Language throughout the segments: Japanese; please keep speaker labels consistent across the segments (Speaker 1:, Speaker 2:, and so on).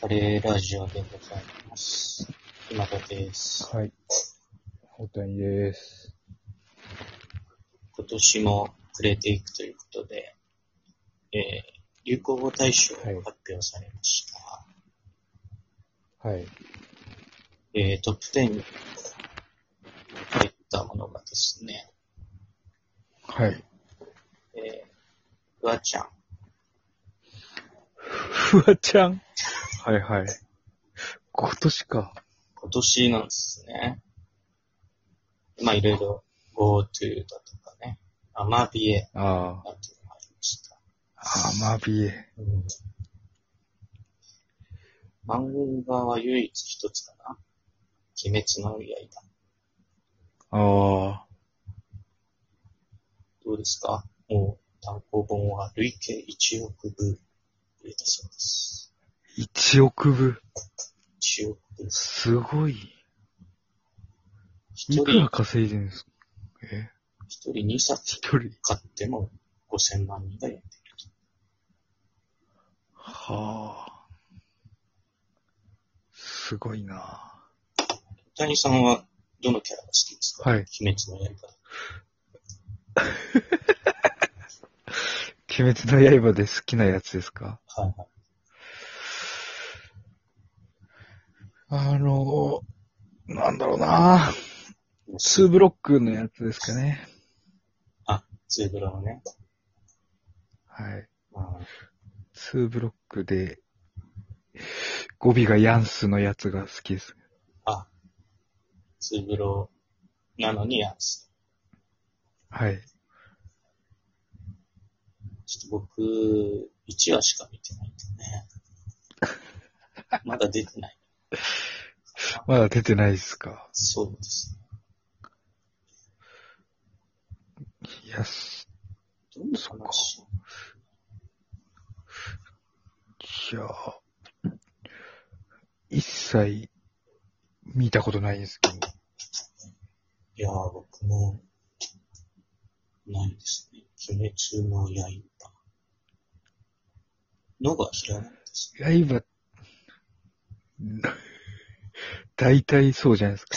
Speaker 1: カレーラジオでございます。今田です。
Speaker 2: はい。大谷です。
Speaker 1: 今年も暮れていくということで、えー、流行語大賞が
Speaker 2: はい
Speaker 1: 発表されました。
Speaker 2: はい。
Speaker 1: えー、トップ10に入ったものがですね、
Speaker 2: はい。
Speaker 1: えー、フワちゃん、
Speaker 2: ふわちゃん。はいはい。今年か。
Speaker 1: 今年なんですね。まあいろいろ GoTo だとかね、アマビエ
Speaker 2: あ
Speaker 1: なんていうのがありました。
Speaker 2: あ。アマビエ。
Speaker 1: うん番組側は唯一一つかな。鬼滅の刃。
Speaker 2: ああ。
Speaker 1: どうですかもう単行本は累計1億部売れたそうです。
Speaker 2: 1億部。
Speaker 1: 1億部です。
Speaker 2: すごい。
Speaker 1: 一
Speaker 2: いくら
Speaker 1: 人、
Speaker 2: 稼いでるんですかえ
Speaker 1: 一人2冊
Speaker 2: 一人。
Speaker 1: 買っても5000万人が読んでいると。
Speaker 2: はあ。すごいな。
Speaker 1: 谷さんはどのキャラが好きですか
Speaker 2: はい。
Speaker 1: 鬼滅の刃。
Speaker 2: 鬼滅の刃で好きなやつですか
Speaker 1: はいはい。
Speaker 2: あのー、なんだろうな。
Speaker 1: もう
Speaker 2: ツーブロックのやつですかね。
Speaker 1: ツーブラのね。
Speaker 2: はい。
Speaker 1: まあ、
Speaker 2: ツーブロックで、語尾がヤンスのやつが好きです。
Speaker 1: ツーブロなのにやつ。
Speaker 2: はい。
Speaker 1: ちょっと僕、1話しか見てないんでね。まだ出てない。
Speaker 2: まだ出てないですか。
Speaker 1: そうです。
Speaker 2: いや、す
Speaker 1: どんな話
Speaker 2: いや、一切見たことないんですけど。
Speaker 1: いやー、僕も、ないですね。鬼滅の刃。のが知らないです。
Speaker 2: 刃、 大体そうじゃないですか。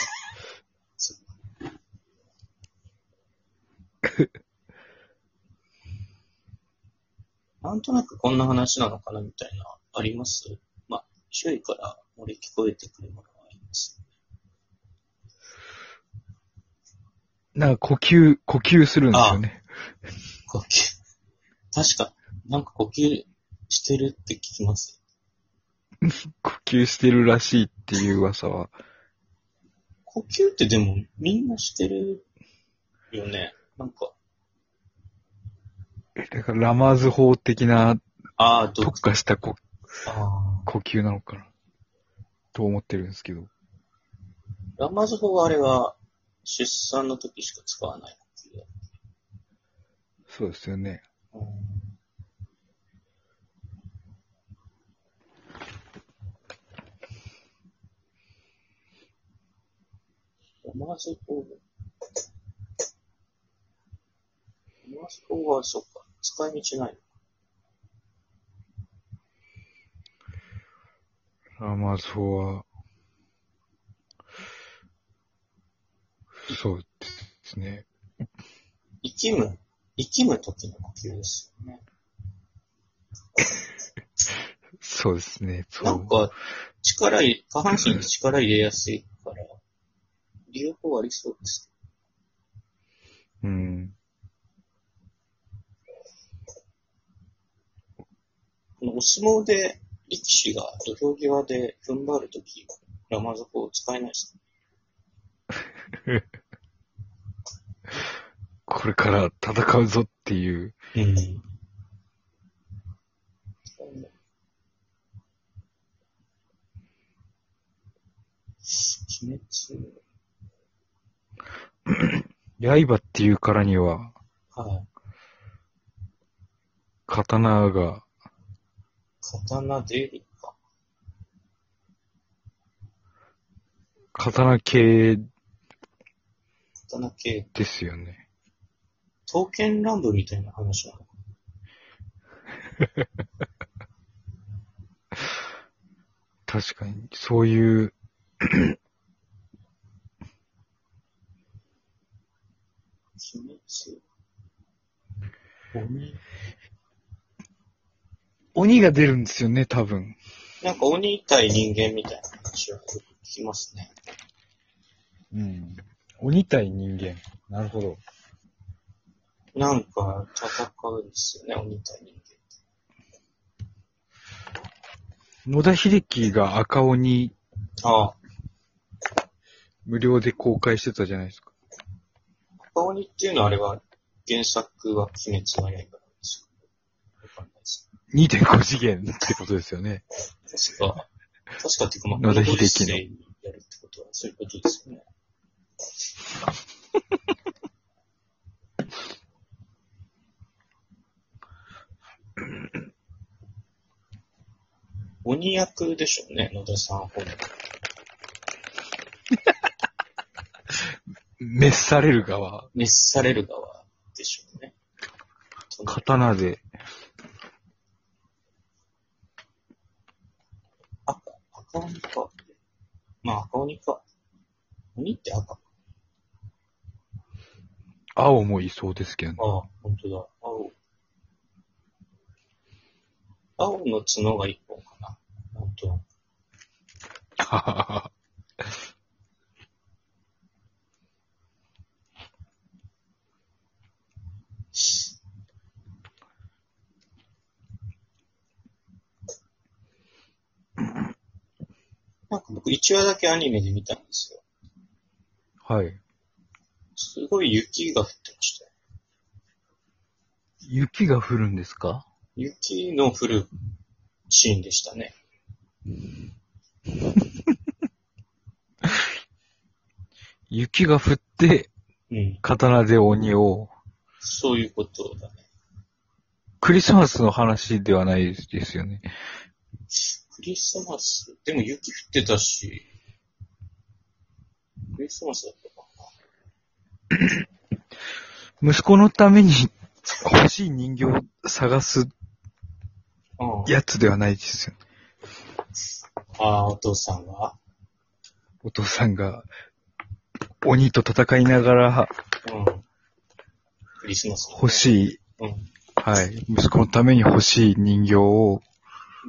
Speaker 1: なんとなくこんな話なのかなみたいな、ありますまあ、周囲から漏れ聞こえてくるものはあります。
Speaker 2: なんか呼吸、呼吸するんですよね。
Speaker 1: 呼吸。確か、なんか呼吸してるって聞きます。
Speaker 2: 呼吸してるらしいっていう噂は。
Speaker 1: 呼吸ってでもみんなしてるよね。なんか、
Speaker 2: だからラマーズ法的な
Speaker 1: ああ、どう
Speaker 2: 特化した呼
Speaker 1: ああ。
Speaker 2: 呼吸なのかなと思ってるんですけど。
Speaker 1: ラマズ法はあれは出産の時しか使わない呼吸だ
Speaker 2: そうですよね。
Speaker 1: 思わずこう、思わずこうは、そっか、使い道ない。
Speaker 2: あまあ、そうは、そうですね。
Speaker 1: 生きむ、生きむ時の呼吸ですよね。
Speaker 2: そうですね。そ
Speaker 1: なん
Speaker 2: う。
Speaker 1: か、力入れ、下半身に力入れやすいから、両方ありそうです。
Speaker 2: うん。
Speaker 1: このお相撲で力士が土俵際で踏ん張るとき、ラマズコを使えないです。
Speaker 2: これから戦うぞっていう。
Speaker 1: うん。鬼滅、
Speaker 2: 刃っていうからには、
Speaker 1: はい。
Speaker 2: 刀が、
Speaker 1: 刀出るか。
Speaker 2: 刀系
Speaker 1: 刀系、
Speaker 2: ですよね。
Speaker 1: 刀剣乱舞みたいな話なのか。
Speaker 2: 確かに、そういう、
Speaker 1: 1月鬼。
Speaker 2: 鬼が出るんですよね、多分。
Speaker 1: なんか鬼対人間みたいな話はよく聞きますね。
Speaker 2: うん。鬼対人間。なるほど。
Speaker 1: なんか戦うんですよね、鬼対人間。
Speaker 2: 野田秀樹が赤鬼
Speaker 1: ああ、
Speaker 2: 無料で公開してたじゃないですか。
Speaker 1: 赤鬼っていうのはあれは、原作は鬼滅の刃なんですかわかんないです。
Speaker 2: 2.5次元ってことですよね。
Speaker 1: 確か、確かっていうか、まあ、
Speaker 2: 野田
Speaker 1: このご
Speaker 2: 秀樹の
Speaker 1: 時世にやるってことは、そういうことです よね。鬼役でしょうね、野田さん本人。
Speaker 2: 滅される側、
Speaker 1: 滅される側でしょうね。
Speaker 2: 刀で。
Speaker 1: 赤、赤鬼か。まあ赤鬼か。鬼って赤か。
Speaker 2: 青もいそうです けどね。
Speaker 1: ああ、本当だ。青。青の角が一本かな。本当。なんか僕一話だけアニメで見たんですよ。
Speaker 2: はい。
Speaker 1: すごい雪が降ってましたよ。
Speaker 2: 雪が降るんですか
Speaker 1: 雪の降るシーンでしたね。
Speaker 2: 雪が降って、
Speaker 1: うん。
Speaker 2: 刀で鬼を、
Speaker 1: そういうことだね。
Speaker 2: クリスマスの話ではないですよね。
Speaker 1: クリスマス、でも雪降ってたし、クリスマスだったかな。
Speaker 2: 息子のために欲しい人形を探す
Speaker 1: うん。
Speaker 2: やつではないですよね。
Speaker 1: ああ、お父さんは
Speaker 2: お父さんが鬼と戦いながら
Speaker 1: うん。クリスマス、
Speaker 2: 欲
Speaker 1: い。
Speaker 2: しい、
Speaker 1: うん。
Speaker 2: はい、息子のために欲しい人形を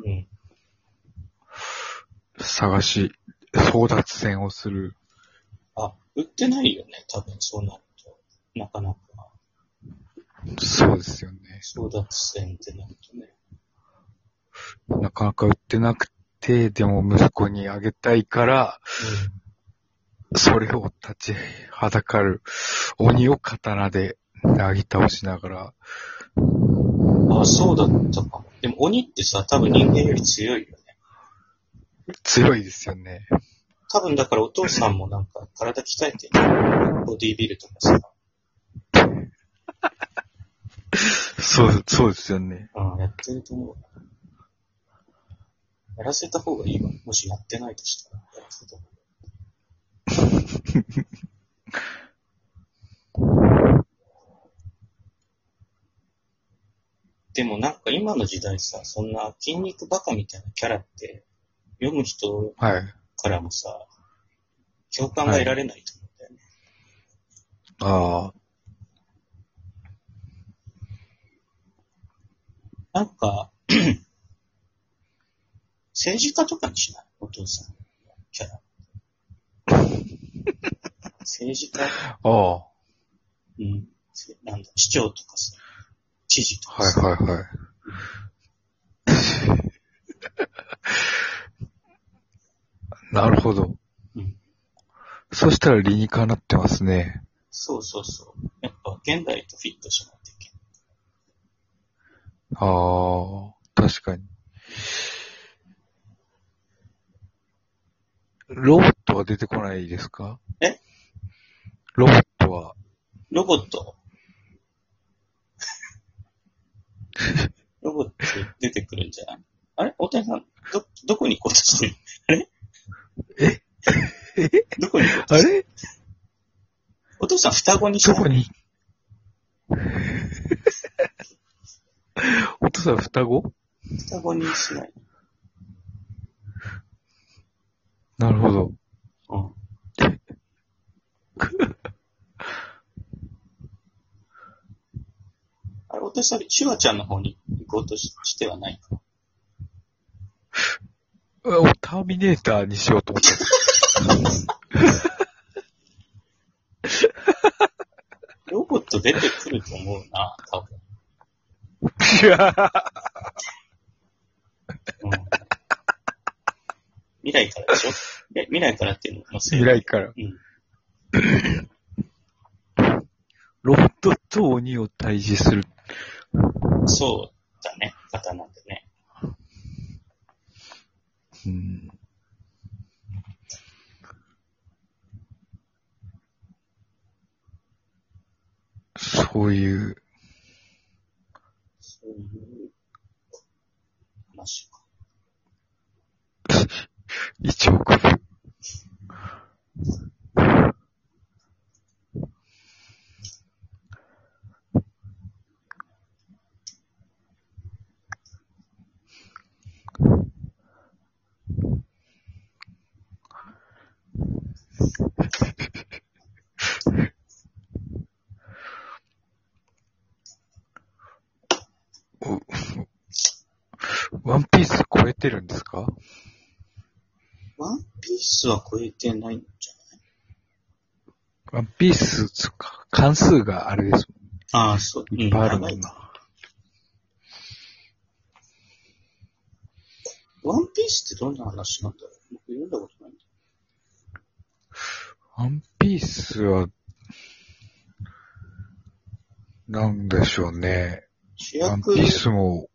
Speaker 1: うん。
Speaker 2: 探し、争奪戦をする。
Speaker 1: あ、売ってないよね、多分そうなると。なかなか。
Speaker 2: そうですよね。
Speaker 1: 争奪戦ってなるとね。
Speaker 2: なかなか売ってなくて、でも息子にあげたいから、それを立ちはだかる鬼を刀でなぎ倒しながら、
Speaker 1: うん。あ、そうだったかも。でも鬼ってさ、多分人間より強いよね。
Speaker 2: 強いですよね。
Speaker 1: 多分だからお父さんもなんか体鍛えてるボディービルとかさ、
Speaker 2: そう、そうですよね。
Speaker 1: うん、やってると思う。やらせた方がいいわ。もしやってないとしたら、やらせた方がいい。でもなんか今の時代さ、そんな筋肉バカみたいなキャラって、読む人
Speaker 2: はい。
Speaker 1: からもさ、共感が得られないと思うんだよね。
Speaker 2: ああ、
Speaker 1: なんか、 政治家とかにしないお父さんのキ ャラ。政治家
Speaker 2: ああ、は
Speaker 1: うん。せなんだ、市長とかさ、知事と
Speaker 2: い
Speaker 1: かさ、
Speaker 2: はい はい。なるほど。
Speaker 1: うん
Speaker 2: そしたら理にかなってますね。
Speaker 1: そうそうそう。やっぱ現代とフィットしないといけない。
Speaker 2: ああ、確かに。ロボットは出てこないですか
Speaker 1: え
Speaker 2: ロボットは、
Speaker 1: ロボッ ト。ロボット出てくるんじゃないあれ大谷さん、ど、どこに行こうとしてる
Speaker 2: え
Speaker 1: どこに行こうと
Speaker 2: あ
Speaker 1: してる
Speaker 2: れ
Speaker 1: お父さん双子にし
Speaker 2: ど
Speaker 1: た
Speaker 2: こに お父さん双子
Speaker 1: 双子にしない。
Speaker 2: なるほど。
Speaker 1: うん。 あれ、お手さり、シュワちゃんの方に行こうとししてはないか。
Speaker 2: うわターミネーターにしようと思った。
Speaker 1: ロボット出てくると思うな、多分。
Speaker 2: い や
Speaker 1: うん、未来からでしょえ、未来からっていうのも
Speaker 2: 未来から。
Speaker 1: うん。
Speaker 2: ロボットと鬼を退治する。
Speaker 1: そうだね、方なんでね。
Speaker 2: うん。そういう、
Speaker 1: そういう話か。
Speaker 2: 一億部。おワンピース超えてるんですか
Speaker 1: ワンピースは超えてないんじゃない
Speaker 2: ワンピース、そっか、関数があれです
Speaker 1: ああ、そう。
Speaker 2: もん。いっぱいあるも
Speaker 1: うんん長
Speaker 2: な。
Speaker 1: ワンピースってどんな話なんだろう僕読んだことないんだよ
Speaker 2: ワンピースは、なんでしょうね。
Speaker 1: 主
Speaker 2: ワン
Speaker 1: 役
Speaker 2: ピースも